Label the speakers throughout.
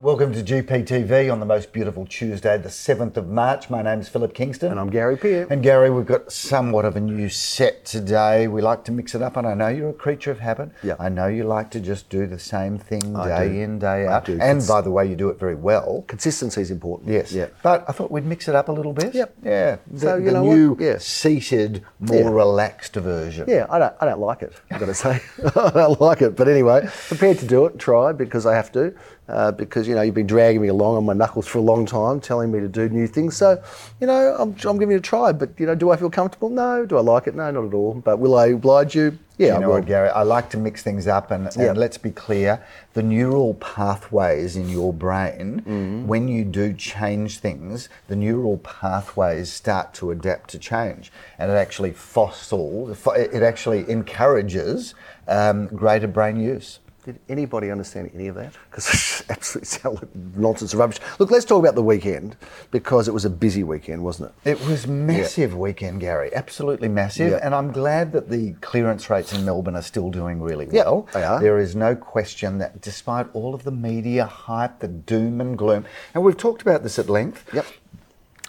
Speaker 1: Welcome to GPTV on the most beautiful Tuesday, the 7th of March. My name's Philip Kingston.
Speaker 2: And I'm Gary Peart.
Speaker 1: And Gary, we've got somewhat of a new set today. We like to mix it up, and I know you're a creature of habit.
Speaker 2: Yeah.
Speaker 1: I know you like to just do the same thing
Speaker 2: I
Speaker 1: day
Speaker 2: do.
Speaker 1: in, day
Speaker 2: I
Speaker 1: out.
Speaker 2: do.
Speaker 1: And
Speaker 2: Cons-
Speaker 1: by the way, you do it very well.
Speaker 2: Consistency is important.
Speaker 1: Yes.
Speaker 2: Yeah.
Speaker 1: But I thought we'd mix it up a little bit.
Speaker 2: Yep.
Speaker 1: Yeah. The,
Speaker 2: So you
Speaker 1: the
Speaker 2: know what?
Speaker 1: new
Speaker 2: Yeah.
Speaker 1: seated, more
Speaker 2: Yeah.
Speaker 1: relaxed version.
Speaker 2: Yeah, I don't, I don't like it, I've got to say. I don't like it. But anyway, prepared to do it, try because I have to, uh, because, you know, you've been dragging me along on my knuckles for a long time, telling me to do new things. So, you know, I'm, I'm giving it a try. But, you know, do I feel comfortable? No. Do I like it? No, not at all. But will I oblige you? Yeah,
Speaker 1: you
Speaker 2: I
Speaker 1: know
Speaker 2: will.
Speaker 1: what, Gary? I like to mix things up, and, and
Speaker 2: Yeah.
Speaker 1: let's be clear: the neural pathways in your brain,
Speaker 2: Mm.
Speaker 1: when you do change things, the neural pathways start to adapt to change, and it actually fosters, fo- it actually encourages um, greater brain use.
Speaker 2: Did anybody understand any of that? Because it's absolute sound like nonsense and rubbish. Look, let's talk about the weekend because it was a busy weekend, wasn't it?
Speaker 1: It was massive weekend, Gary. Absolutely massive.
Speaker 2: Yeah.
Speaker 1: And I'm glad that the clearance rates in Melbourne are still doing really
Speaker 2: Yeah,
Speaker 1: well.
Speaker 2: they are.
Speaker 1: There is no question that despite all of the media hype, the doom and gloom, and we've talked about this at length.
Speaker 2: Yep.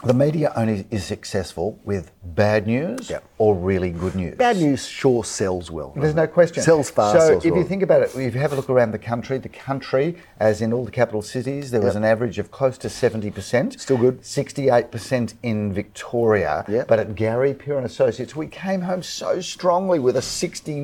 Speaker 1: The media only is successful with bad news
Speaker 2: Yep.
Speaker 1: or really good news.
Speaker 2: Bad news sure sells well.
Speaker 1: There's
Speaker 2: doesn't
Speaker 1: no
Speaker 2: it?
Speaker 1: question.
Speaker 2: Sells fast.
Speaker 1: So,
Speaker 2: sells
Speaker 1: if you
Speaker 2: well.
Speaker 1: think about it, if you have a look around the country, the country, as in all the capital cities, there was an
Speaker 2: Yep.
Speaker 1: average of close to 70%.
Speaker 2: Still good.
Speaker 1: 68% in Victoria.
Speaker 2: Yep.
Speaker 1: But at Gary Peer and Associates, we came home so strongly with a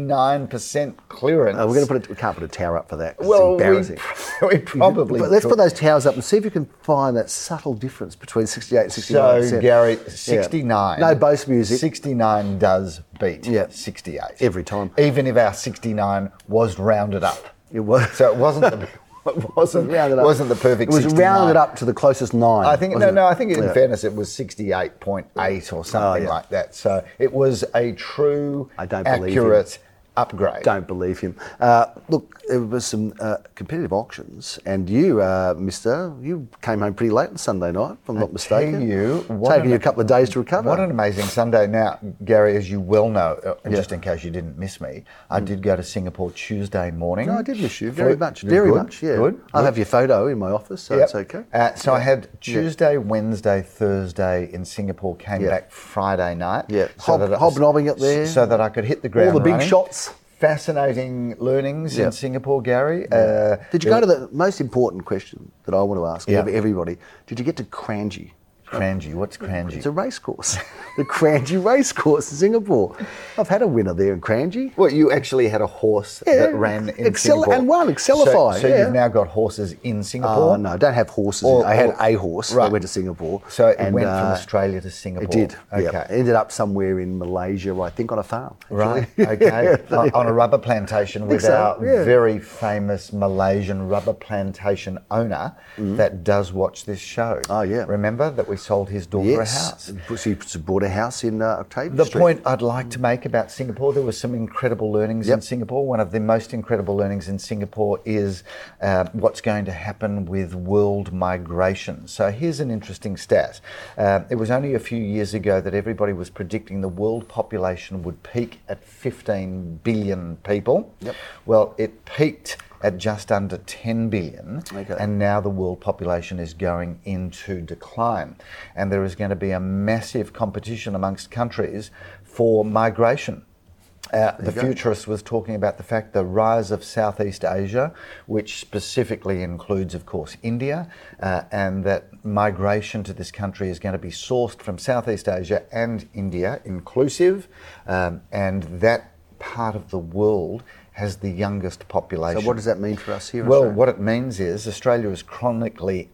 Speaker 1: 69% clearance.
Speaker 2: Uh, we're going to put a, we can't put a tower up for that. 'cause
Speaker 1: well,
Speaker 2: it's embarrassing.
Speaker 1: We, we probably.
Speaker 2: but let's
Speaker 1: could.
Speaker 2: put those towers up and see if you can find that subtle difference between 68 and 69.
Speaker 1: So, Gary, 69.
Speaker 2: No bass music.
Speaker 1: 69 does beat
Speaker 2: Yeah.
Speaker 1: 68.
Speaker 2: Every time.
Speaker 1: Even if our 69 was rounded up.
Speaker 2: It was.
Speaker 1: So it wasn't the, it wasn't,
Speaker 2: rounded up.
Speaker 1: wasn't the perfect
Speaker 2: It was
Speaker 1: 69.
Speaker 2: rounded up to the closest nine.
Speaker 1: I think, no,
Speaker 2: wasn't it?
Speaker 1: no, I think in
Speaker 2: Yeah. Oh,
Speaker 1: fairness it was 68.8 or something
Speaker 2: yeah.
Speaker 1: like that. So it was a true,
Speaker 2: I don't believe you.
Speaker 1: accurate upgrade.
Speaker 2: Don't believe him. Uh, look, there was some uh, competitive auctions, and you, uh, Mister, you came home pretty late on Sunday night, if I'm not mistaken.
Speaker 1: you, what
Speaker 2: taking
Speaker 1: an-
Speaker 2: you a couple of days to recover.
Speaker 1: What an amazing Sunday now, Gary. As you well know, uh, and
Speaker 2: Yeah. Hmm.
Speaker 1: just in case you didn't miss me, I did go to Singapore Tuesday morning.
Speaker 2: no, I did miss you very
Speaker 1: Flew-
Speaker 2: much,
Speaker 1: Good,
Speaker 2: very
Speaker 1: good,
Speaker 2: much. Yeah,
Speaker 1: Good.
Speaker 2: I'll have your photo in my office, so
Speaker 1: Yep.
Speaker 2: it's okay.
Speaker 1: Uh, so I had Tuesday, Wednesday, Thursday in Singapore. Came
Speaker 2: Yeah.
Speaker 1: back Friday night.
Speaker 2: Yeah.
Speaker 1: so
Speaker 2: Hob-
Speaker 1: that I-
Speaker 2: hobnobbing up there.
Speaker 1: so that I could hit the ground.
Speaker 2: the big
Speaker 1: running.
Speaker 2: shots.
Speaker 1: Fascinating learnings
Speaker 2: Yeah.
Speaker 1: in Singapore, Gary. Uh,
Speaker 2: Did you go to the most important question that I want to ask
Speaker 1: Yeah.
Speaker 2: every- everybody? Did you get to Kranji?
Speaker 1: Kranji? What's Kranji?
Speaker 2: It's a race course, the Kranji race course in Singapore. I've had a winner there in Kranji.
Speaker 1: Well, you actually had a horse
Speaker 2: Yeah,
Speaker 1: that ran in
Speaker 2: Excel-
Speaker 1: Singapore
Speaker 2: and won,
Speaker 1: So,
Speaker 2: Excelify,
Speaker 1: so
Speaker 2: yeah.
Speaker 1: you've now got horses in Singapore.
Speaker 2: Oh no, don't have horses.
Speaker 1: Or-
Speaker 2: I had
Speaker 1: or-
Speaker 2: a horse.
Speaker 1: right.
Speaker 2: I went to Singapore.
Speaker 1: So it
Speaker 2: and,
Speaker 1: went from
Speaker 2: uh,
Speaker 1: Australia to Singapore.
Speaker 2: It did.
Speaker 1: Okay.
Speaker 2: Okay. Ended up somewhere in Malaysia, I think, on a farm. actually.
Speaker 1: Right. Okay. on, on a rubber plantation with
Speaker 2: so,
Speaker 1: our
Speaker 2: yeah.
Speaker 1: very famous Malaysian rubber plantation owner that does watch this show.
Speaker 2: Mm. Oh, yeah.
Speaker 1: Remember that we sold his daughter a house.
Speaker 2: Yes. So you bought a house in uh, Octavia
Speaker 1: The
Speaker 2: Street.
Speaker 1: point I'd like to make about Singapore, there were some incredible learnings in
Speaker 2: Yep.
Speaker 1: Singapore. One of the most incredible learnings in Singapore is uh, what's going to happen with world migration. So here's an interesting stat. Um, it was only a few years ago that everybody was predicting the world population would peak at 15 billion people.
Speaker 2: Yep.
Speaker 1: Well, it peaked at just under 10 billion,
Speaker 2: Okay.
Speaker 1: and now the world population is going into decline. And there is going to be a massive competition amongst countries for migration. Uh, the
Speaker 2: go.
Speaker 1: futurist was talking about the fact the rise of Southeast Asia, which specifically includes, of course, India, uh, and that migration to this country is going to be sourced from Southeast Asia and India, inclusive, um, and that part of the world has the youngest population.
Speaker 2: So what does that mean for us here? in
Speaker 1: Well,
Speaker 2: Australia?
Speaker 1: what it means is Australia is chronically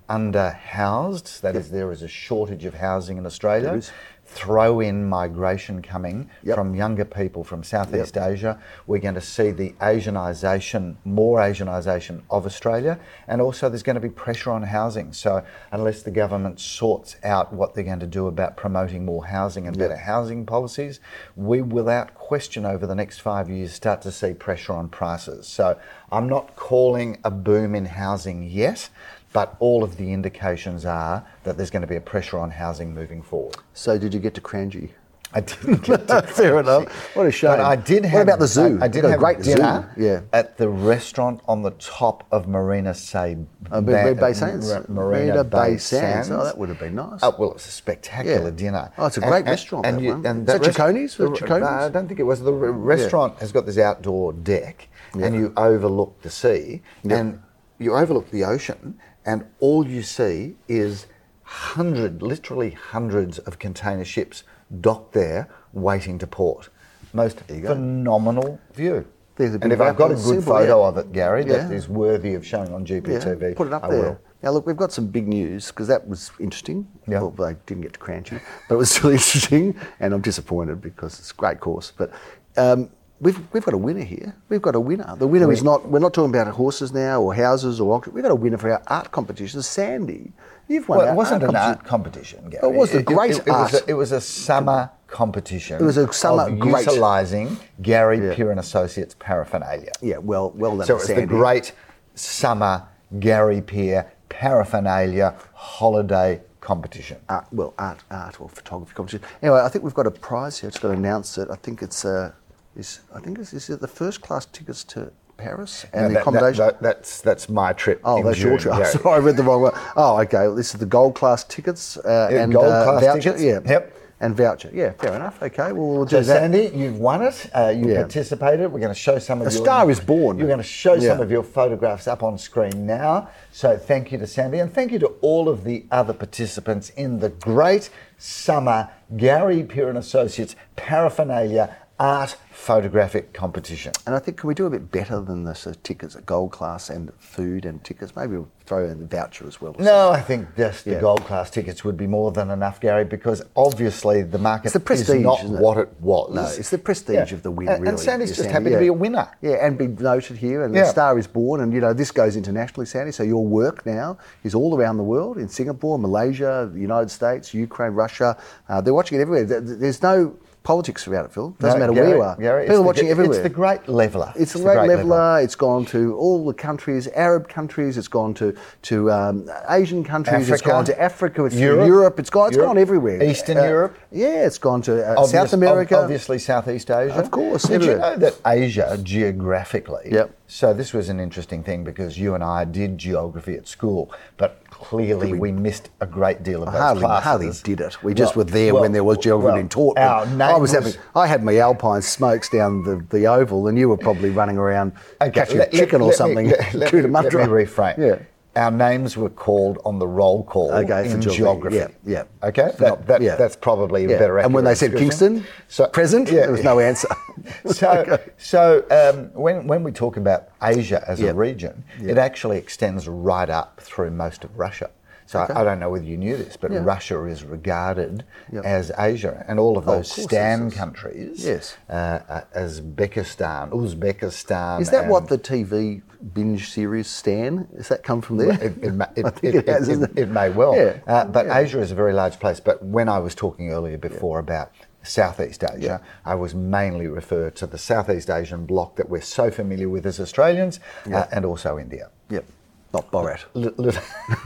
Speaker 1: underhoused. That is, there is a shortage of housing in Australia.
Speaker 2: There is.
Speaker 1: Throw in migration coming
Speaker 2: Yep.
Speaker 1: from younger people from Southeast Asia. We're going to see the Asianisation, more Asianisation of Australia. And also, there's going to be pressure on housing. So, unless the government sorts out what they're going to do about promoting more housing and better housing policies, we without question over the next five years start to see pressure on prices. So, I'm not calling a boom in housing yet. But all of the indications are that there's going to be a pressure on housing moving forward.
Speaker 2: So did you get to Kranji?
Speaker 1: I didn't get to
Speaker 2: Fair enough. What a shame.
Speaker 1: But I did have.
Speaker 2: What about the zoo?
Speaker 1: I, I did
Speaker 2: We've got
Speaker 1: have
Speaker 2: a great
Speaker 1: dinner
Speaker 2: zoo. Yeah.
Speaker 1: at the restaurant on the top of Marina Say.
Speaker 2: Uh, Bay, Bay, Bay Sands.
Speaker 1: Marina Bay, Sands.
Speaker 2: Oh, that would have been nice.
Speaker 1: Oh, well, it was a spectacular
Speaker 2: Yeah.
Speaker 1: dinner.
Speaker 2: Oh, it's a great restaurant, that one. Is that
Speaker 1: rest-
Speaker 2: Cicconi's?
Speaker 1: the-
Speaker 2: Cicconi's?
Speaker 1: no, I don't think it was. The re- restaurant has got this outdoor deck, and you overlook the sea, and you overlook the ocean, and all you see is hundred, literally hundreds of container ships docked there waiting to port. Most phenomenal view.
Speaker 2: There's a
Speaker 1: and
Speaker 2: big
Speaker 1: if I've got a
Speaker 2: balcony,
Speaker 1: good
Speaker 2: simple,
Speaker 1: photo
Speaker 2: yeah.
Speaker 1: of it, Gary, that
Speaker 2: Yeah.
Speaker 1: is worthy of showing on GPTV,
Speaker 2: Yeah, Put it up
Speaker 1: I
Speaker 2: there.
Speaker 1: will.
Speaker 2: Now, look, we've got some big news because that was interesting.
Speaker 1: Yeah.
Speaker 2: Well, I didn't get to Cranchy, but it was still interesting, and I'm disappointed because it's a great course. But um, we've, we've got a winner here. We've got a winner. The winner is not, we're not talking about horses now or houses or auction. We've got a winner for our art competition. Sandy, you've won
Speaker 1: Well,
Speaker 2: our
Speaker 1: it wasn't
Speaker 2: art
Speaker 1: an
Speaker 2: competition.
Speaker 1: art competition, Gary.
Speaker 2: It was a great
Speaker 1: it, it was
Speaker 2: art.
Speaker 1: a, it was a summer competition.
Speaker 2: It was a summer
Speaker 1: of
Speaker 2: great-
Speaker 1: utilising Gary
Speaker 2: Yeah.
Speaker 1: Peer and Associates paraphernalia.
Speaker 2: Yeah, well, well done,
Speaker 1: So it was
Speaker 2: Sandy.
Speaker 1: the great summer Gary Peer paraphernalia holiday competition.
Speaker 2: art, well, art, art or photography competition. Anyway, I think we've got a prize here. It's got to announce it. I think it's uh, is I think it's is it the first class tickets to Paris and
Speaker 1: Now,
Speaker 2: the
Speaker 1: that-
Speaker 2: accommodation.
Speaker 1: that- that- that's that's my trip.
Speaker 2: Oh,
Speaker 1: in
Speaker 2: that's your
Speaker 1: June,
Speaker 2: trip.
Speaker 1: Gary.
Speaker 2: Sorry, I read the wrong one. Oh, okay. Well, this is the gold class tickets uh,
Speaker 1: Yeah,
Speaker 2: and
Speaker 1: gold
Speaker 2: uh,
Speaker 1: class
Speaker 2: voucher.
Speaker 1: tickets.
Speaker 2: Yeah.
Speaker 1: Yep.
Speaker 2: And voucher. Yeah, fair enough. Okay, well, we'll do
Speaker 1: So,
Speaker 2: that.
Speaker 1: Sandy, you've won it. Uh, you
Speaker 2: Yeah.
Speaker 1: participated. We're going to show some of
Speaker 2: A
Speaker 1: your.
Speaker 2: star is born.
Speaker 1: You're going to show some
Speaker 2: Yeah.
Speaker 1: of your photographs up on screen now. So, thank you to Sandy, and thank you to all of the other participants in the great summer Gary Peer and Associates paraphernalia art photographic competition.
Speaker 2: And I think, can we do a bit better than the sort of tickets at gold class and food and tickets? Maybe we'll throw in the voucher as well.
Speaker 1: No, I think just the
Speaker 2: Yeah.
Speaker 1: gold class tickets would be more than enough, Gary, because obviously the market
Speaker 2: It's the
Speaker 1: is
Speaker 2: prestige,
Speaker 1: not
Speaker 2: isn't it?
Speaker 1: what it was.
Speaker 2: No, it's the prestige
Speaker 1: Yeah.
Speaker 2: of the win,
Speaker 1: And-
Speaker 2: really.
Speaker 1: And Sandy's
Speaker 2: yeah,
Speaker 1: just
Speaker 2: Sandy,
Speaker 1: happy to be
Speaker 2: yeah.
Speaker 1: a winner.
Speaker 2: Yeah, and be noted here, and
Speaker 1: Yeah.
Speaker 2: the star is born, and you know this goes internationally, Sandy. So your work now is all around the world in Singapore, Malaysia, the United States, Ukraine, Russia. Uh, they're watching it everywhere. There- There's no politics about it, Phil. Doesn't
Speaker 1: No,
Speaker 2: matter
Speaker 1: Gary-
Speaker 2: where you are.
Speaker 1: Gary, it's
Speaker 2: People are
Speaker 1: the-
Speaker 2: watching everywhere.
Speaker 1: It's the great leveller.
Speaker 2: It's a
Speaker 1: the
Speaker 2: great, leveler. It's gone to all the countries, Arab countries. It's gone to to um, Asian countries. It's
Speaker 1: Africa.
Speaker 2: gone to Africa. It's Europe.
Speaker 1: Europe.
Speaker 2: Europe. It's gone. It's
Speaker 1: Europe.
Speaker 2: gone everywhere. Uh,
Speaker 1: Eastern Europe.
Speaker 2: Yeah, it's gone to uh,
Speaker 1: Obvious- ob-
Speaker 2: South America.
Speaker 1: obviously Southeast Asia.
Speaker 2: Of course,
Speaker 1: Did you
Speaker 2: everywhere.
Speaker 1: know that Asia geographically?
Speaker 2: Yep.
Speaker 1: So this was an interesting thing because you and I did geography at school, but clearly we, missed a great deal of those
Speaker 2: hardly,
Speaker 1: classes.
Speaker 2: hardly did it. We just
Speaker 1: Well-
Speaker 2: were there
Speaker 1: well-
Speaker 2: when there was geography
Speaker 1: well,
Speaker 2: being taught. but
Speaker 1: Our
Speaker 2: I was
Speaker 1: neighbours-
Speaker 2: having, I had my Alpine smokes down the, the oval, and you were probably running around catching
Speaker 1: let- let-
Speaker 2: chicken or
Speaker 1: let me-
Speaker 2: something.
Speaker 1: let, let
Speaker 2: through
Speaker 1: me-
Speaker 2: the
Speaker 1: let
Speaker 2: mud
Speaker 1: me
Speaker 2: dry.
Speaker 1: reframe.
Speaker 2: Yeah.
Speaker 1: Our names were called on the roll call
Speaker 2: Okay, for
Speaker 1: in
Speaker 2: geography,
Speaker 1: geography.
Speaker 2: yeah, yeah.
Speaker 1: Okay,
Speaker 2: For
Speaker 1: that,
Speaker 2: not-
Speaker 1: that,
Speaker 2: yeah.
Speaker 1: that's probably a
Speaker 2: Yeah.
Speaker 1: better.
Speaker 2: And when they
Speaker 1: accurate
Speaker 2: said
Speaker 1: description.
Speaker 2: Kingston, present, there was no answer.
Speaker 1: So, so um, when, when we talk about Asia as a
Speaker 2: Yep.
Speaker 1: region, it actually extends right up through most of Russia. So I- I don't know whether you knew this, but
Speaker 2: Yeah.
Speaker 1: Russia is regarded
Speaker 2: Yep.
Speaker 1: as Asia, and all of
Speaker 2: Oh, of
Speaker 1: those
Speaker 2: course it
Speaker 1: Stan
Speaker 2: is.
Speaker 1: countries,
Speaker 2: Yes.
Speaker 1: uh, uh, Uzbekistan, Uzbekistan.
Speaker 2: Is that what
Speaker 1: and-
Speaker 2: the TV binge series Stan? Does that come from there?
Speaker 1: It, it, ma- it,
Speaker 2: I
Speaker 1: it,
Speaker 2: think it has,
Speaker 1: it-
Speaker 2: isn't it?
Speaker 1: it may well.
Speaker 2: Yeah.
Speaker 1: Uh, but
Speaker 2: Yeah.
Speaker 1: Asia is a very large place. But when I was talking earlier before about Southeast Asia, I was mainly referred to the Southeast Asian bloc that we're so familiar with as Australians uh, and also India.
Speaker 2: Yep. Not Borat.
Speaker 1: L- l-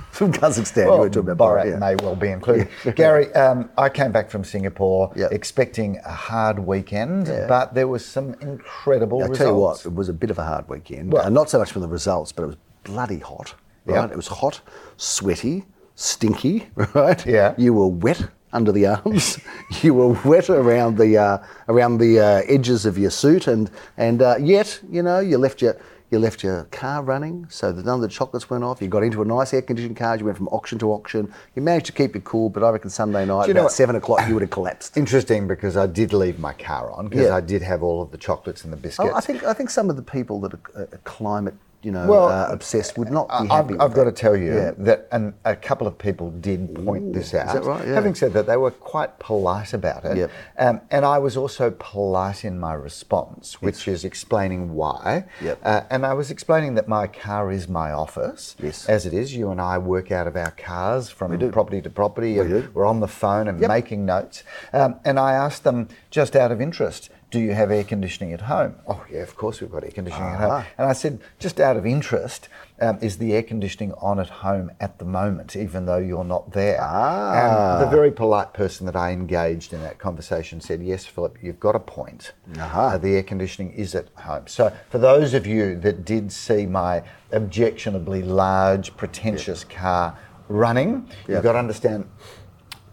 Speaker 2: From Kazakhstan, you were talking about
Speaker 1: Borat
Speaker 2: Borat. yeah.
Speaker 1: may well be included. Gary, um, I came back from Singapore
Speaker 2: Yeah.
Speaker 1: expecting a hard weekend,
Speaker 2: Yeah.
Speaker 1: but there was some incredible
Speaker 2: I
Speaker 1: results.
Speaker 2: tell you what, it was a bit of a hard weekend.
Speaker 1: Well-
Speaker 2: Uh, not so much from the results, but it was bloody hot.
Speaker 1: Yeah.
Speaker 2: Right? It was hot, sweaty, stinky. Right?
Speaker 1: Yeah.
Speaker 2: You were wet under the arms. you were wet around the uh, around the uh, edges of your suit, and and uh, yet you know you left your you left your car running, so that none of the chocolates went off. You got into a nice air conditioned car. You went from auction to auction. You managed to keep it cool, but I reckon Sunday night
Speaker 1: you know
Speaker 2: about
Speaker 1: what-
Speaker 2: seven o'clock you would have collapsed.
Speaker 1: Interesting because I did leave my car on because
Speaker 2: Yeah.
Speaker 1: I did have all of the chocolates and the biscuits.
Speaker 2: Oh, I think I think some of the people that are, are climate, you know,
Speaker 1: Well,
Speaker 2: uh, obsessed would not
Speaker 1: I-
Speaker 2: be happy.
Speaker 1: I've,
Speaker 2: with
Speaker 1: I've got to
Speaker 2: that.
Speaker 1: tell you
Speaker 2: Yeah.
Speaker 1: that and a couple of people did point this out.
Speaker 2: that right? Yeah.
Speaker 1: Having said that, they were quite polite about it.
Speaker 2: Yep.
Speaker 1: Um, and I was also polite in my response, which is explaining why.
Speaker 2: Yep.
Speaker 1: Uh, and I was explaining that my car is my office.
Speaker 2: Yes.
Speaker 1: As it is, you and I work out of our cars from property to property. and
Speaker 2: do.
Speaker 1: We're on the phone and making notes. Um, and I asked them, just out of interest, do you have air conditioning at home? Oh, yeah, of course we've got air conditioning at home.
Speaker 2: Ah.
Speaker 1: And I said, just out of interest, um, is the air conditioning on at home at the moment, even though you're not there?
Speaker 2: Ah.
Speaker 1: And the very polite person that I engaged in that conversation said, yes, Philip, you've got a point.
Speaker 2: Aha.
Speaker 1: Uh, the air conditioning is at home. So for those of you that did see my objectionably large, pretentious car running,
Speaker 2: Yep.
Speaker 1: you've got to understand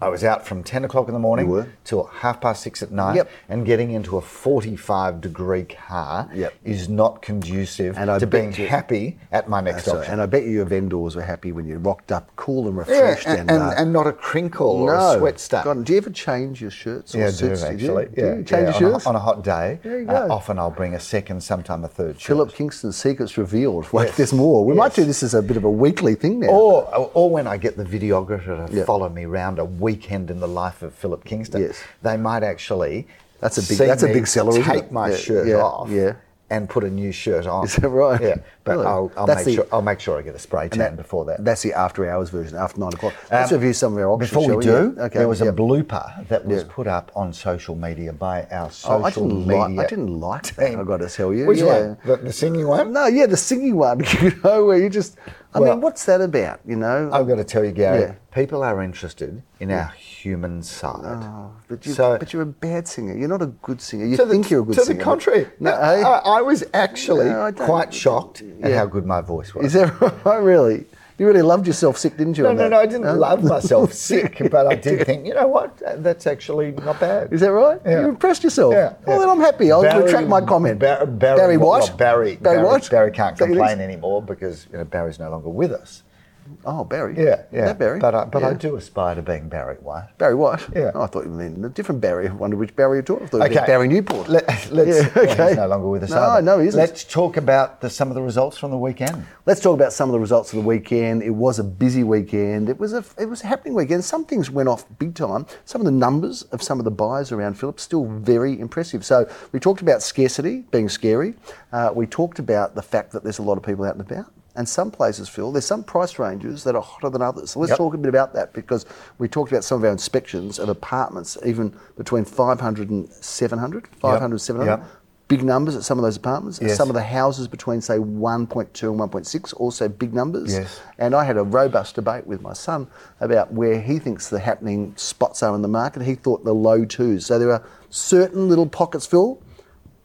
Speaker 1: I was out from 10 o'clock in the morning
Speaker 2: You were?
Speaker 1: till half past six at night,
Speaker 2: Yep.
Speaker 1: and getting into a 45 degree car
Speaker 2: Yep.
Speaker 1: is not conducive
Speaker 2: And I
Speaker 1: to being
Speaker 2: bet you-
Speaker 1: happy at my next
Speaker 2: So,
Speaker 1: option.
Speaker 2: and I bet you your vendors were happy when you rocked up cool and
Speaker 1: Yeah,
Speaker 2: refreshed.
Speaker 1: and, and,
Speaker 2: uh,
Speaker 1: and not a crinkle or
Speaker 2: no,
Speaker 1: a sweat stain.
Speaker 2: God, do you ever change your shirts? Or
Speaker 1: Yeah, I do
Speaker 2: suits? you?
Speaker 1: actually.
Speaker 2: Do
Speaker 1: yeah,
Speaker 2: you change
Speaker 1: yeah,
Speaker 2: your
Speaker 1: on,
Speaker 2: shirts?
Speaker 1: a, on a hot day. uh,
Speaker 2: There you go.
Speaker 1: often I'll bring a second, sometime a third. shirt.
Speaker 2: Philip Kingston's secrets revealed. Wait,
Speaker 1: Yes.
Speaker 2: there's more. We might
Speaker 1: Yes.
Speaker 2: do this as a bit of a weekly thing now.
Speaker 1: Or, or when I get the videographer to
Speaker 2: Yep.
Speaker 1: follow me round a weekend in the life of Philip Kingston,
Speaker 2: Yes.
Speaker 1: they might actually
Speaker 2: That's a big-
Speaker 1: see
Speaker 2: that's a
Speaker 1: me
Speaker 2: big seller, isn't
Speaker 1: Take
Speaker 2: it?
Speaker 1: my
Speaker 2: Yeah,
Speaker 1: shirt
Speaker 2: yeah,
Speaker 1: off,
Speaker 2: yeah.
Speaker 1: and put a new shirt on.
Speaker 2: Is that right?
Speaker 1: Yeah, but
Speaker 2: Really?
Speaker 1: I'll, I'll
Speaker 2: That's
Speaker 1: make
Speaker 2: the-
Speaker 1: sure I'll make sure I get a spray tan
Speaker 2: that-
Speaker 1: before that.
Speaker 2: That's the after hours version, after nine o'clock. Let's
Speaker 1: Um,
Speaker 2: review some of our auctions.
Speaker 1: Before
Speaker 2: shall
Speaker 1: we do,
Speaker 2: Yeah.
Speaker 1: there was
Speaker 2: yeah.
Speaker 1: a blooper that was
Speaker 2: Yeah.
Speaker 1: put up on social media by our social
Speaker 2: Oh, I didn't
Speaker 1: media.
Speaker 2: like. I didn't like that.
Speaker 1: team.
Speaker 2: I got to tell you.
Speaker 1: Which
Speaker 2: yeah.
Speaker 1: one? The, the singing one?
Speaker 2: No, yeah, the singing one. You know, where you just. I
Speaker 1: Well-
Speaker 2: mean, what's that about? You know.
Speaker 1: I've got to tell you, Gary,
Speaker 2: Yeah.
Speaker 1: people are interested in our human side.
Speaker 2: Oh, but, you,
Speaker 1: So-
Speaker 2: but you're a bad singer. You're not a good singer. You
Speaker 1: To the-
Speaker 2: think you're a good
Speaker 1: to
Speaker 2: singer.
Speaker 1: the
Speaker 2: but-
Speaker 1: contrary,
Speaker 2: No,
Speaker 1: no, uh,
Speaker 2: eh?
Speaker 1: I, I was actually
Speaker 2: No, I don't-
Speaker 1: quite shocked at
Speaker 2: Yeah.
Speaker 1: how good my voice was.
Speaker 2: Is that right? Really? You really loved yourself sick, didn't you?
Speaker 1: no,
Speaker 2: on
Speaker 1: no,
Speaker 2: that?
Speaker 1: no, I didn't
Speaker 2: Huh?
Speaker 1: love myself sick, but I did think, you know what, Uh, that's actually not bad.
Speaker 2: Is that right?
Speaker 1: Yeah.
Speaker 2: You impressed yourself.
Speaker 1: Yeah,
Speaker 2: Well,
Speaker 1: yeah.
Speaker 2: then I'm happy. I'll
Speaker 1: Barry-
Speaker 2: retract my comment.
Speaker 1: Bar- Barry,
Speaker 2: Barry
Speaker 1: well,
Speaker 2: White.
Speaker 1: well, Barry,
Speaker 2: Barry White.
Speaker 1: Barry can't
Speaker 2: Is that who it is?
Speaker 1: complain anymore because you know, Barry's no longer with us.
Speaker 2: Oh, Barry.
Speaker 1: Yeah,
Speaker 2: Is
Speaker 1: yeah.
Speaker 2: that Barry.
Speaker 1: But I, but I
Speaker 2: Yeah.
Speaker 1: do aspire to being Barry White.
Speaker 2: Barry White.
Speaker 1: Yeah.
Speaker 2: Oh, I thought you meant a different Barry. I wonder which Barry you're talking. I thought it was Barry Newport.
Speaker 1: Let, us
Speaker 2: Yeah, okay.
Speaker 1: he's no longer with us.
Speaker 2: No,
Speaker 1: either.
Speaker 2: no, he isn't.
Speaker 1: Let's talk about the, some of the results from the weekend.
Speaker 2: Let's talk about some of the results of the weekend. It was a busy weekend. It was a it was a happening weekend. Some things went off big time. Some of the numbers of some of the buyers around Phillips still very impressive. So we talked about scarcity being scary. Uh, we talked about the fact that there's a lot of people out and about. And some places, Phil, there's some price ranges that are hotter than others. So let's
Speaker 1: Yep.
Speaker 2: talk a bit about that because we talked about some of our inspections of apartments, even between 500 and 700, 500
Speaker 1: Yep.
Speaker 2: 700.
Speaker 1: Yep.
Speaker 2: Big numbers at some of those apartments.
Speaker 1: Yes.
Speaker 2: Some of the houses between say 1.2 and 1.6 also big numbers
Speaker 1: Yes.
Speaker 2: and i had a robust debate with my son about where he thinks the happening spots are in the market he thought the low twos so there are certain little pockets phil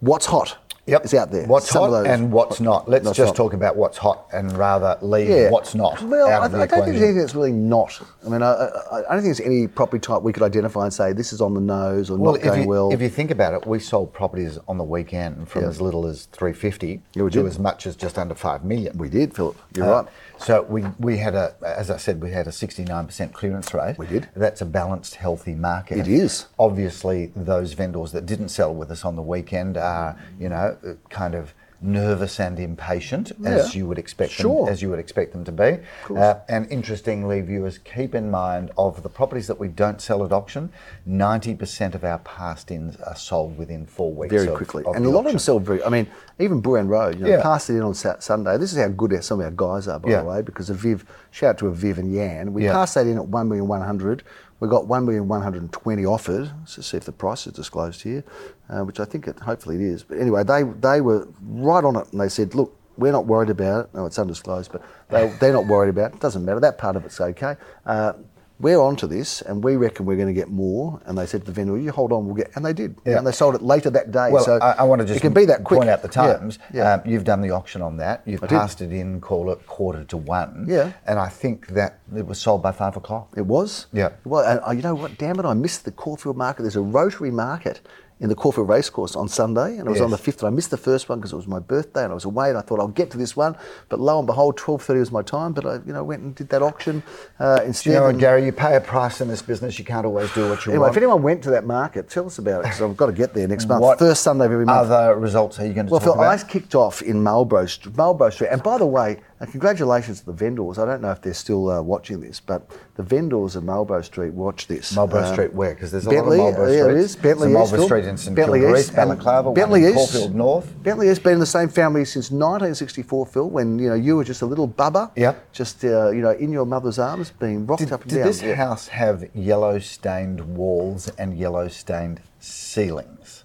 Speaker 2: what's hot is out there
Speaker 1: What's
Speaker 2: Some of
Speaker 1: hot
Speaker 2: those.
Speaker 1: and what's not. Let's
Speaker 2: That's
Speaker 1: just
Speaker 2: hot.
Speaker 1: talk about what's hot and rather leave what's not
Speaker 2: Well,
Speaker 1: out
Speaker 2: I,
Speaker 1: of the
Speaker 2: I don't think
Speaker 1: equation.
Speaker 2: there's anything that's really not. I mean, I, I, I don't think there's any property type we could identify and say this is on the nose or not
Speaker 1: if
Speaker 2: going
Speaker 1: you,
Speaker 2: well.
Speaker 1: If you think about it, we sold properties on the weekend from
Speaker 2: Yeah.
Speaker 1: as little as 350
Speaker 2: Yeah, we
Speaker 1: to
Speaker 2: did.
Speaker 1: as much as just under 5 million.
Speaker 2: we did, Philip. You're
Speaker 1: Uh,
Speaker 2: right.
Speaker 1: So we, we had a, as I said, we had a 69% clearance rate.
Speaker 2: We did.
Speaker 1: That's a balanced, healthy market.
Speaker 2: It is.
Speaker 1: Obviously, those vendors that didn't sell with us on the weekend are, you know, uh, kind of nervous and impatient, as
Speaker 2: Yeah.
Speaker 1: you would expect
Speaker 2: Sure.
Speaker 1: them, as you would expect them to be. Uh, and interestingly, viewers, keep in mind of the properties that we don't sell at auction, 90% of our past ins are sold within four weeks.
Speaker 2: very
Speaker 1: of-
Speaker 2: quickly.
Speaker 1: of
Speaker 2: and a
Speaker 1: the
Speaker 2: lot of
Speaker 1: auction.
Speaker 2: them sell very. I mean, even Buran Road, you know,
Speaker 1: Yeah.
Speaker 2: pass it in on Sat- Sunday. This is how good some of our guys are, by
Speaker 1: Yeah.
Speaker 2: the way, because Aviv, shout out to Aviv and Yan. We
Speaker 1: Yeah.
Speaker 2: passed that in at 1,100,000. We got 1,120,000 offered. Let's just see if the price is disclosed here, uh, which I think it, hopefully it is. But anyway, they, they were right on it and they said, look, we're not worried about it. No, it's undisclosed, but they, they're not worried about it. Doesn't matter. That part of it's okay. Uh, we're on to this, and we reckon we're going to get more. And they said to the vendor, "You hold on, we'll get." And they did.
Speaker 1: Yeah.
Speaker 2: And they sold it later that day.
Speaker 1: Well,
Speaker 2: So
Speaker 1: I, I want to just
Speaker 2: it can be that quick.
Speaker 1: point out the
Speaker 2: Yeah,
Speaker 1: times.
Speaker 2: Yeah.
Speaker 1: Um, you've done the auction on that. You've
Speaker 2: I did.
Speaker 1: passed it in, call it quarter to one.
Speaker 2: Yeah.
Speaker 1: And I think that it was sold by five o'clock.
Speaker 2: it was.
Speaker 1: Yeah.
Speaker 2: Well, and uh, you know what? Damn it! I missed the Caulfield market. There's a Rotary market in the Caulfield Racecourse on Sunday, and I was on the
Speaker 1: Yes.
Speaker 2: fifth. And I missed the first one because it was my birthday, and I was away. And I thought I'll get to this one, but lo and behold, twelve thirty was my time. But I, you know, went and did that auction uh,
Speaker 1: Do
Speaker 2: instead.
Speaker 1: you know, what,
Speaker 2: and-
Speaker 1: Gary, you pay a price in this business. You can't always do what you
Speaker 2: Anyway,
Speaker 1: want.
Speaker 2: if anyone went to that market, tell us about it because I've got to get there next month.
Speaker 1: What
Speaker 2: First Sunday of every month.
Speaker 1: Other results are you going to
Speaker 2: Well,
Speaker 1: talk
Speaker 2: Phil,
Speaker 1: about?
Speaker 2: I kicked off in Marlborough, St- Marlborough Street. And by the way, uh, congratulations to the vendors. I don't know if they're still uh, watching this, but the vendors of Marlborough Street watch this.
Speaker 1: Marlborough
Speaker 2: Um,
Speaker 1: Street where? Because there's a
Speaker 2: Bentley,
Speaker 1: lot of Marlborough
Speaker 2: yeah,
Speaker 1: Streets.
Speaker 2: it is. Bentley
Speaker 1: Some
Speaker 2: East,
Speaker 1: Marlborough
Speaker 2: Phil.
Speaker 1: Street in St
Speaker 2: Bentley
Speaker 1: Kilda
Speaker 2: East
Speaker 1: East,
Speaker 2: and
Speaker 1: Balaclava, one
Speaker 2: Bentley
Speaker 1: in
Speaker 2: East.
Speaker 1: Caulfield North.
Speaker 2: Bentley has been in the same family since 1964, Phil, when you know you were just a little bubba,
Speaker 1: Yep.
Speaker 2: just uh, you know in your mother's arms, being rocked
Speaker 1: Did,
Speaker 2: up and
Speaker 1: did
Speaker 2: down.
Speaker 1: this
Speaker 2: Yeah.
Speaker 1: house have yellow stained walls and yellow stained ceilings?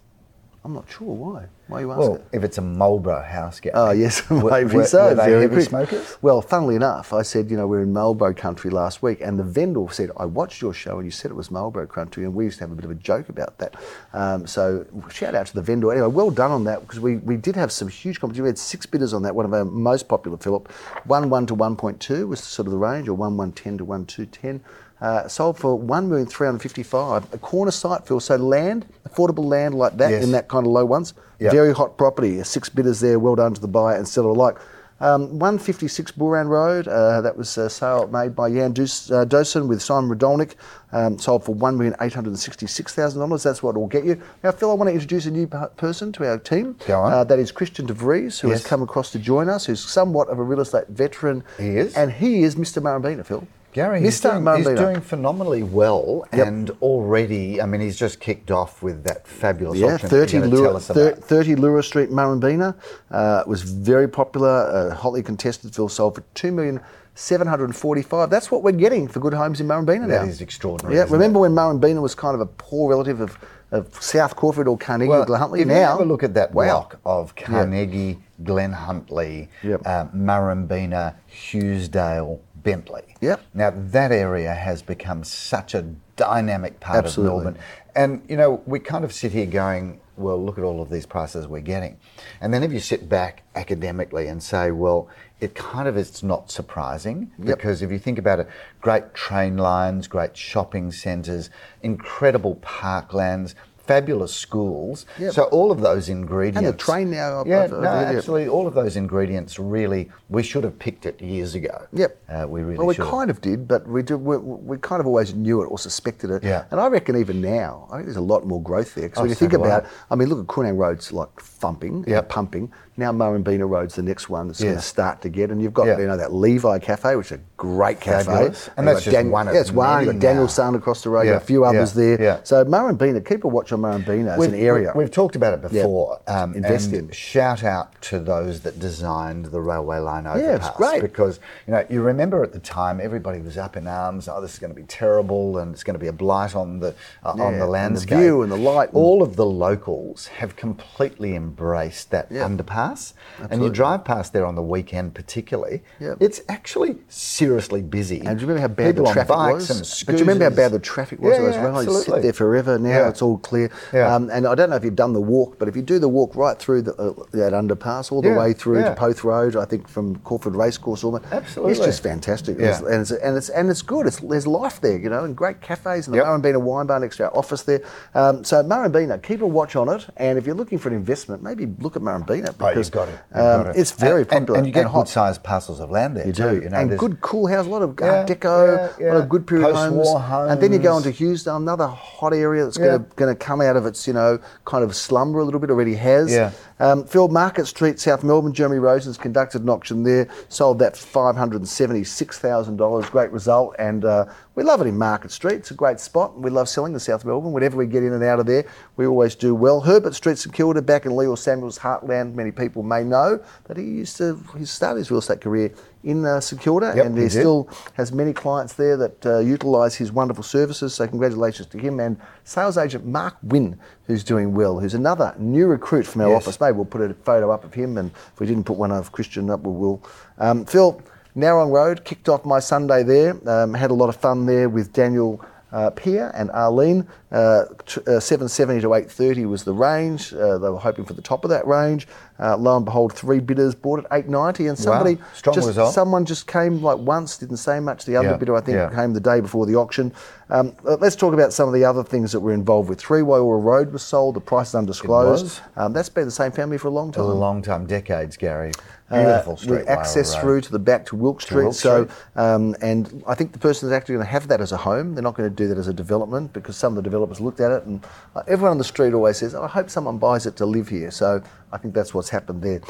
Speaker 2: I'm not sure why. Why are you asking?
Speaker 1: Well, if it's a Marlboro house gap.
Speaker 2: Oh yes, maybe
Speaker 1: Were- were-
Speaker 2: so.
Speaker 1: were they
Speaker 2: very
Speaker 1: heavy
Speaker 2: quick.
Speaker 1: smokers?
Speaker 2: Well, funnily enough, I said you know we're in Marlboro country last week, and the vendor said I watched your show and you said it was Marlboro country, and we used to have a bit of a joke about that. Um, so shout out to the vendor. Anyway, well done on that because we, we did have some huge competition. We had six bidders on that. One of our most popular, Philip, one one to one point two was sort of the range, or one one ten to one two ten. Uh, sold for one million three hundred fifty-five. A corner site, Phil. So land, affordable land like that,
Speaker 1: Yes.
Speaker 2: in that kind of low ones.
Speaker 1: Yeah.
Speaker 2: Very hot property. Six bidders there. Well done to the buyer and seller alike. Um, 156 Buran Road. Uh, that was a sale made by Jan Dus- uh, Dosen with Simon Radolnik. Um, sold for one million eight hundred sixty-six thousand dollars. That's what will get you. Now, Phil, I want to introduce a new p- person to our team.
Speaker 1: Go on.
Speaker 2: Uh, that is Christian De Vries, who has
Speaker 1: Yes.
Speaker 2: come across to join us. Who's somewhat of a real estate veteran.
Speaker 1: He is.
Speaker 2: and he is Mr. Marambina, Phil.
Speaker 1: Gary,
Speaker 2: Mr.
Speaker 1: he's doing, he's
Speaker 2: Marambina.
Speaker 1: doing phenomenally well,
Speaker 2: Yep.
Speaker 1: and already, I mean, he's just kicked off with that fabulous
Speaker 2: Yeah,
Speaker 1: auction. that you're
Speaker 2: 30
Speaker 1: gonna tell
Speaker 2: Lura,
Speaker 1: us
Speaker 2: thir-
Speaker 1: about.
Speaker 2: 30 Lura Street, Murrumbina. Uh, was very popular, uh, hotly contested. Phil sold for two million seven hundred forty-five. That's what we're getting for good homes in Murrumbina now.
Speaker 1: That is extraordinary,
Speaker 2: Yeah,
Speaker 1: isn't
Speaker 2: remember when Murrumbina was kind of a poor relative of, of South Corford or Carnegie or Glen Huntly?
Speaker 1: if you
Speaker 2: now,
Speaker 1: have a look at that
Speaker 2: wow.
Speaker 1: block of Carnegie, Glen Huntley,
Speaker 2: Yep.
Speaker 1: uh, Murrumbina, Hughesdale, Bentley.
Speaker 2: Yep.
Speaker 1: Now that area has become such a dynamic part
Speaker 2: Absolutely.
Speaker 1: of Melbourne, and you know we kind of sit here going, well, look at all of these prices we're getting, and then if you sit back academically and say, well, it kind of it's not surprising because if you think about it, great train lines, great shopping centres, incredible parklands. Fabulous schools.
Speaker 2: Yep.
Speaker 1: So all of those ingredients.
Speaker 2: train now, I've-
Speaker 1: Yeah,
Speaker 2: I've- I've-
Speaker 1: no,
Speaker 2: yeah.
Speaker 1: absolutely. All of those ingredients really, we should have picked it years ago.
Speaker 2: Yep.
Speaker 1: Uh, we really
Speaker 2: well, we
Speaker 1: should. have.
Speaker 2: kind of did, but we, do, we we kind of always knew it or suspected it.
Speaker 1: Yeah.
Speaker 2: And I reckon even now, I think there's a lot more growth there. Because
Speaker 1: Oh,
Speaker 2: when you
Speaker 1: so
Speaker 2: think
Speaker 1: do I.
Speaker 2: about, I mean, look at Coonang Road's like thumping, yeah,
Speaker 1: Yeah.
Speaker 2: pumping. Now Murrumbina Road's the next one that's going to
Speaker 1: Yes.
Speaker 2: start to get, and you've got
Speaker 1: Yeah.
Speaker 2: you know that Levi Cafe, which is a great cafe,
Speaker 1: Fabulous. And
Speaker 2: you've
Speaker 1: that's
Speaker 2: got
Speaker 1: just one of
Speaker 2: Yeah, it's one. You've
Speaker 1: many
Speaker 2: got Daniel
Speaker 1: now.
Speaker 2: Sun across the road, you've
Speaker 1: Yeah,
Speaker 2: got a few others
Speaker 1: yeah,
Speaker 2: there.
Speaker 1: yeah.
Speaker 2: So Murrumbina, keep a watch on Murrumbina as an area.
Speaker 1: We've talked about it before. Um,
Speaker 2: Invest
Speaker 1: and
Speaker 2: in.
Speaker 1: Shout out to those that designed the railway line
Speaker 2: Yeah, it's
Speaker 1: overpass.
Speaker 2: great.
Speaker 1: Because you know, you remember at the time everybody was up in arms. Oh, this is going to be terrible, and it's going to be a blight on the uh,
Speaker 2: Yeah,
Speaker 1: on
Speaker 2: and the
Speaker 1: the landscape,
Speaker 2: view and the light and-
Speaker 1: All of the locals have completely embraced that
Speaker 2: Yeah.
Speaker 1: underpass, and
Speaker 2: Absolutely.
Speaker 1: you drive past there on the weekend, particularly.
Speaker 2: Yeah.
Speaker 1: It's actually seriously busy.
Speaker 2: And do you remember how bad
Speaker 1: People
Speaker 2: the
Speaker 1: on
Speaker 2: traffic
Speaker 1: bikes and
Speaker 2: was? But do you remember how bad the
Speaker 1: scooters.
Speaker 2: traffic was?
Speaker 1: Yeah,
Speaker 2: as
Speaker 1: yeah,
Speaker 2: well? You sit
Speaker 1: absolutely.
Speaker 2: there forever now.
Speaker 1: Yeah.
Speaker 2: It's all clear.
Speaker 1: Yeah.
Speaker 2: Um, and I don't know if you've done the walk, but if you do the walk right through the, uh, that underpass, all the
Speaker 1: Yeah,
Speaker 2: way through to
Speaker 1: yeah.
Speaker 2: Poth Road, I think from Corford Racecourse, all that, it's
Speaker 1: Absolutely.
Speaker 2: just fantastic.
Speaker 1: Yeah.
Speaker 2: It's- and it's and it's and it's good. It's there's life there, you know, and great cafes and the
Speaker 1: Yep.
Speaker 2: Murrumbina Wine Bar next to our office there. Um, so Murrumbina, keep a watch on it. And if you're looking for an investment, maybe look at Murrumbina because
Speaker 1: Oh, you've got it. You've
Speaker 2: um,
Speaker 1: got it.
Speaker 2: it's very
Speaker 1: And- and-
Speaker 2: popular
Speaker 1: and, you get
Speaker 2: hot.
Speaker 1: good-sized parcels of land there
Speaker 2: You
Speaker 1: too.
Speaker 2: do.
Speaker 1: You know,
Speaker 2: and
Speaker 1: there's-
Speaker 2: good, cool house, a lot of
Speaker 1: Yeah,
Speaker 2: Art Deco,
Speaker 1: yeah,
Speaker 2: a lot of
Speaker 1: yeah.
Speaker 2: good period homes.
Speaker 1: Post-war
Speaker 2: And then you go on
Speaker 1: homes.
Speaker 2: to Hughesdale, another hot area that's
Speaker 1: Yeah.
Speaker 2: going to come out of its, you know, kind of slumber a little bit, already has.
Speaker 1: Yeah.
Speaker 2: Um, Phil, Market Street, South Melbourne, Jeremy Rosen's conducted an auction there, sold that for $576,000. Great result. And uh, we love it in Market Street. It's a great spot. We love selling in South Melbourne. Whenever we get in and out of there, we always do well. Herbert Street, St Kilda, back in Leo Samuel's heartland, many people may know that he used to, he started his real estate career in uh, St Kilda
Speaker 1: Yep,
Speaker 2: and
Speaker 1: he
Speaker 2: he
Speaker 1: did.
Speaker 2: still has many clients there that uh, utilise his wonderful services. So congratulations to him and sales agent Mark Wynn, who's doing well, who's another new recruit from our
Speaker 1: Yes.
Speaker 2: office. Maybe we'll put a photo up of him, and if we didn't put one of Christian up, we will. Um, Phil, Narong Road kicked off my Sunday there. Um, had a lot of fun there with Daniel. Uh, Pierre and Arlene, uh, tr- uh, 770 to 830 was the range. Uh, they were hoping for the top of that range. Uh, lo and behold, three bidders bought at 890, and somebody
Speaker 1: Strong
Speaker 2: just
Speaker 1: result.
Speaker 2: someone just came like once, didn't say much. The other
Speaker 1: Yeah,
Speaker 2: bidder, I think,
Speaker 1: yeah.
Speaker 2: came the day before the auction. Um, but let's talk about some of the other things that were involved with Three Wayward Road was sold. The price is undisclosed.
Speaker 1: was.
Speaker 2: Um, that's been the same family for a long
Speaker 1: a
Speaker 2: time.
Speaker 1: long time, decades, Gary.
Speaker 2: Uh,
Speaker 1: Beautiful street.
Speaker 2: with
Speaker 1: Wairau
Speaker 2: access
Speaker 1: Road.
Speaker 2: through to the back to Wilk Street.
Speaker 1: Wilk
Speaker 2: so,
Speaker 1: Street.
Speaker 2: um, and I think the person that's actually going to have that as a home, they're not going to do that as a development because some of the developers looked at it, and "Oh, uh, everyone on the street always says, "I hope someone buys it to live here." So, I think that's what's happened there.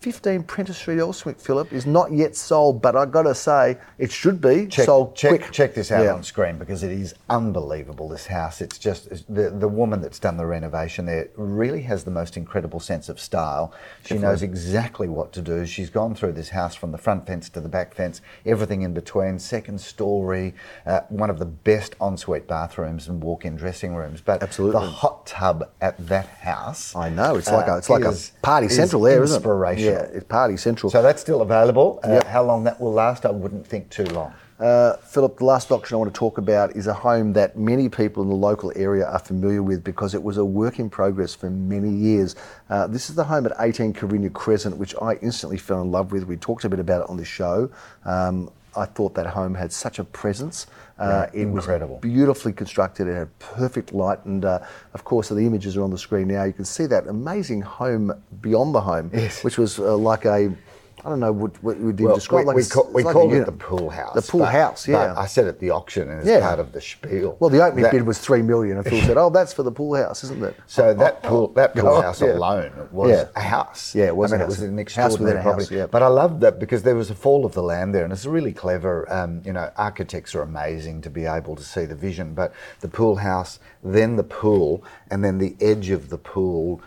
Speaker 2: 15 Prentice Street, Elswick, Philip, is not yet sold, but i got to say, it should be
Speaker 1: Check,
Speaker 2: sold
Speaker 1: check,
Speaker 2: quick.
Speaker 1: check this out
Speaker 2: Yeah.
Speaker 1: on screen because it is unbelievable. This house, it's just it's- the the woman that's done the renovation there really has the most incredible sense of style. She knows exactly what to do. She's gone through this house from the front fence to the back fence, everything in between, second story, uh, one of the best ensuite bathrooms and walk-in dressing rooms. But
Speaker 2: Absolutely.
Speaker 1: the hot tub at that house,
Speaker 2: I know, it's like,
Speaker 1: uh,
Speaker 2: a, it's like
Speaker 1: is-
Speaker 2: a party
Speaker 1: is
Speaker 2: central there, isn't it?
Speaker 1: inspirational.
Speaker 2: Yeah, it's party central.
Speaker 1: So that's still available. Uh,
Speaker 2: Yep.
Speaker 1: How long that will last, I wouldn't think too long.
Speaker 2: Uh, Philip, the last auction I want to talk about is a home that many people in the local area are familiar with because it was a work in progress for many years. Uh, this is the home at 18 Carinia Crescent, which I instantly fell in love with. We talked a bit about it on the show. Um, I thought that home had such a presence. Uh, it
Speaker 1: incredible.
Speaker 2: was beautifully constructed. It had perfect light, and uh, of course, the images are on the screen now. You can see that amazing home beyond the home,
Speaker 1: Yes.
Speaker 2: which was uh, like a, I don't know what, what you would
Speaker 1: Well,
Speaker 2: describe.
Speaker 1: we,
Speaker 2: like a
Speaker 1: we,
Speaker 2: s-
Speaker 1: ca- we
Speaker 2: it's like a
Speaker 1: called it
Speaker 2: unit.
Speaker 1: the pool house.
Speaker 2: The pool
Speaker 1: but-
Speaker 2: house, yeah.
Speaker 1: But I said at the auction, and it's
Speaker 2: Yeah.
Speaker 1: part of the spiel.
Speaker 2: well, the opening
Speaker 1: that-
Speaker 2: bid was three million, and Phil said, "Oh, that's for the pool house, isn't it?"
Speaker 1: So that pool, that pool
Speaker 2: Oh,
Speaker 1: house
Speaker 2: yeah.
Speaker 1: alone was
Speaker 2: Yeah.
Speaker 1: a house.
Speaker 2: Yeah, it was
Speaker 1: I
Speaker 2: a
Speaker 1: mean,
Speaker 2: house.
Speaker 1: it was an
Speaker 2: House
Speaker 1: extraordinary
Speaker 2: within a house,
Speaker 1: property.
Speaker 2: yeah.
Speaker 1: But I loved that because there was a fall of the land there, and it's really clever. Um, you know, architects are amazing to be able to see the vision. But the pool house, then the pool, and then the edge of the pool.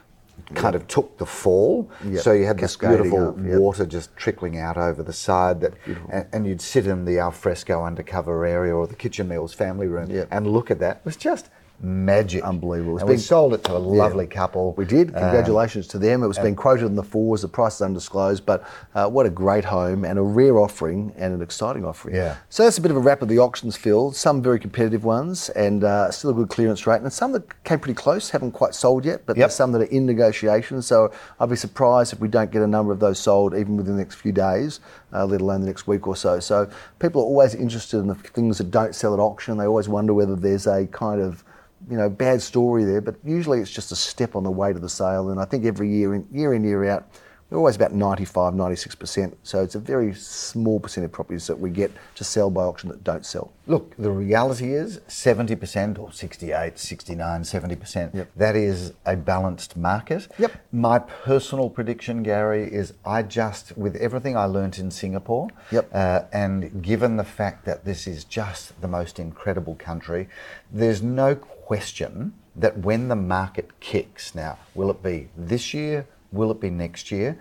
Speaker 1: Kind of took the fall,
Speaker 2: Yep.
Speaker 1: so you had this
Speaker 2: Cascading
Speaker 1: beautiful
Speaker 2: up, yep.
Speaker 1: water just trickling out over the side. That and, and you'd sit in the alfresco undercover area or the kitchen meals family room
Speaker 2: Yep.
Speaker 1: and look at that. It was just magic,
Speaker 2: Unbelievable. It's
Speaker 1: And we
Speaker 2: been-
Speaker 1: sold it to a lovely couple.
Speaker 2: We did.
Speaker 1: Uh,
Speaker 2: Congratulations to them. It was being quoted in the fours. The price is undisclosed, but uh, what a great home and a rare offering and an exciting offering.
Speaker 1: Yeah.
Speaker 2: So that's a bit of a wrap of the auctions, Phil. Some very competitive ones and uh, still a good clearance rate, and some that came pretty close, haven't quite sold yet, but
Speaker 1: Yep.
Speaker 2: there's some that are in negotiation. So I'd be surprised if we don't get a number of those sold even within the next few days, uh, let alone the next week or so. So people are always interested in the things that don't sell at auction. They always wonder whether there's a kind of you know, bad story there, but usually it's just a step on the way to the sale. And I think every year in, year in, year out, we're always about 95, 96%. So it's a very small percent of properties that we get to sell by auction that don't sell.
Speaker 1: look, the reality is 70% or 68, 69, 70%.
Speaker 2: Yep.
Speaker 1: That is a balanced market.
Speaker 2: Yep.
Speaker 1: My personal prediction, Gary, is I just, with everything I learnt in Singapore,
Speaker 2: Yep.
Speaker 1: uh, and given the fact that this is just the most incredible country, there's no question that when the market kicks, now, will it be this year? Will it be next year?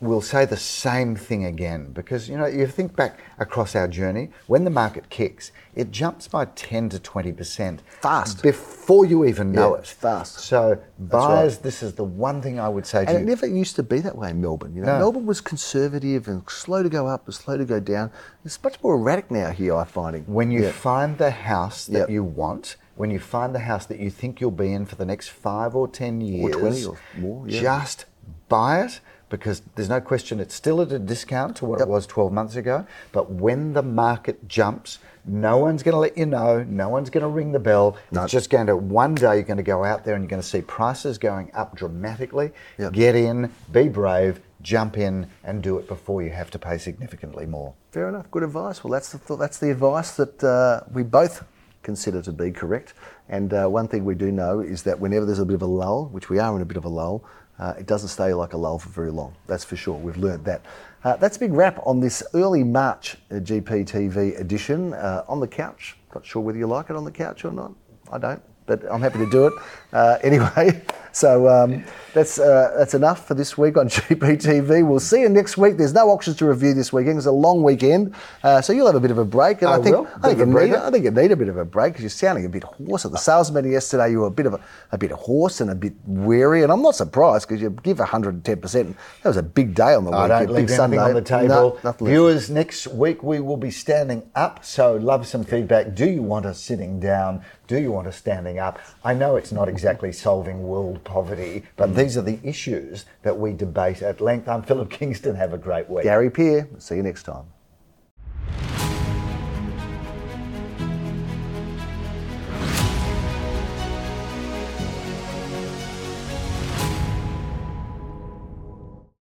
Speaker 1: We'll say the same thing again because you know, you think back across our journey, when the market kicks, it jumps by 10 to 20%
Speaker 2: Fast.
Speaker 1: before you even know
Speaker 2: Yeah,
Speaker 1: it.
Speaker 2: fast.
Speaker 1: So,
Speaker 2: right.
Speaker 1: buyers, this is the one thing I would say to
Speaker 2: And it
Speaker 1: you.
Speaker 2: never used to be that way in Melbourne. You know,
Speaker 1: No.
Speaker 2: Melbourne was conservative and slow to go up and slow to go down. It's much more erratic now here, I'm finding.
Speaker 1: When you
Speaker 2: Yeah.
Speaker 1: find the house that
Speaker 2: Yep.
Speaker 1: you want, when you find the house that you think you'll be in for the next five or ten
Speaker 2: Or
Speaker 1: years,
Speaker 2: 20 or more, yeah.
Speaker 1: just buy it because there's no question it's still at a discount to what
Speaker 2: Yep.
Speaker 1: it was 12 months ago. But when the market jumps, no one's going to let you know, no one's going to ring the bell.
Speaker 2: No.
Speaker 1: It's just going to, one day you're going to go out there and you're going to see prices going up dramatically.
Speaker 2: Yep.
Speaker 1: Get in, be brave, jump in, and do it before you have to pay significantly more.
Speaker 2: Fair enough. Good advice. Well, that's the th- that's the advice that uh, we both consider to be correct. And uh, one thing we do know is that whenever there's a bit of a lull, which we are in a bit of a lull, uh, it doesn't stay like a lull for very long. That's for sure. We've learned that. Uh, that's a big wrap on this early March uh, GPTV edition uh, on the couch. Not sure whether you like it on the couch or not. I don't, but I'm happy to do it uh, anyway. So um, that's uh, that's enough for this week on GPTV. We'll see you next week. There's no auctions to review this weekend. It's a long weekend, uh, so you'll have a bit of a break. And I,
Speaker 1: I
Speaker 2: think
Speaker 1: will.
Speaker 2: I
Speaker 1: Oh, Bit
Speaker 2: think,
Speaker 1: of
Speaker 2: you
Speaker 1: a
Speaker 2: need,
Speaker 1: breather.
Speaker 2: I think you need a bit of a break because you're sounding a bit hoarse. At the sales meeting yesterday, you were a bit of a, a bit hoarse and a bit weary, and I'm not surprised because you give 110. percent That was a big day on the
Speaker 1: I
Speaker 2: weekend.
Speaker 1: don't leave
Speaker 2: big
Speaker 1: anything
Speaker 2: Sunday
Speaker 1: on the table.
Speaker 2: No, nothing left.
Speaker 1: Viewers, next week we will be standing up, so love some feedback. Do you want us sitting down? Do you want us standing up? I know it's not exactly solving world poverty, but these are the issues that we debate at length. I'm Philip Kingston. Have a great week.
Speaker 2: Gary Peer. See you next time.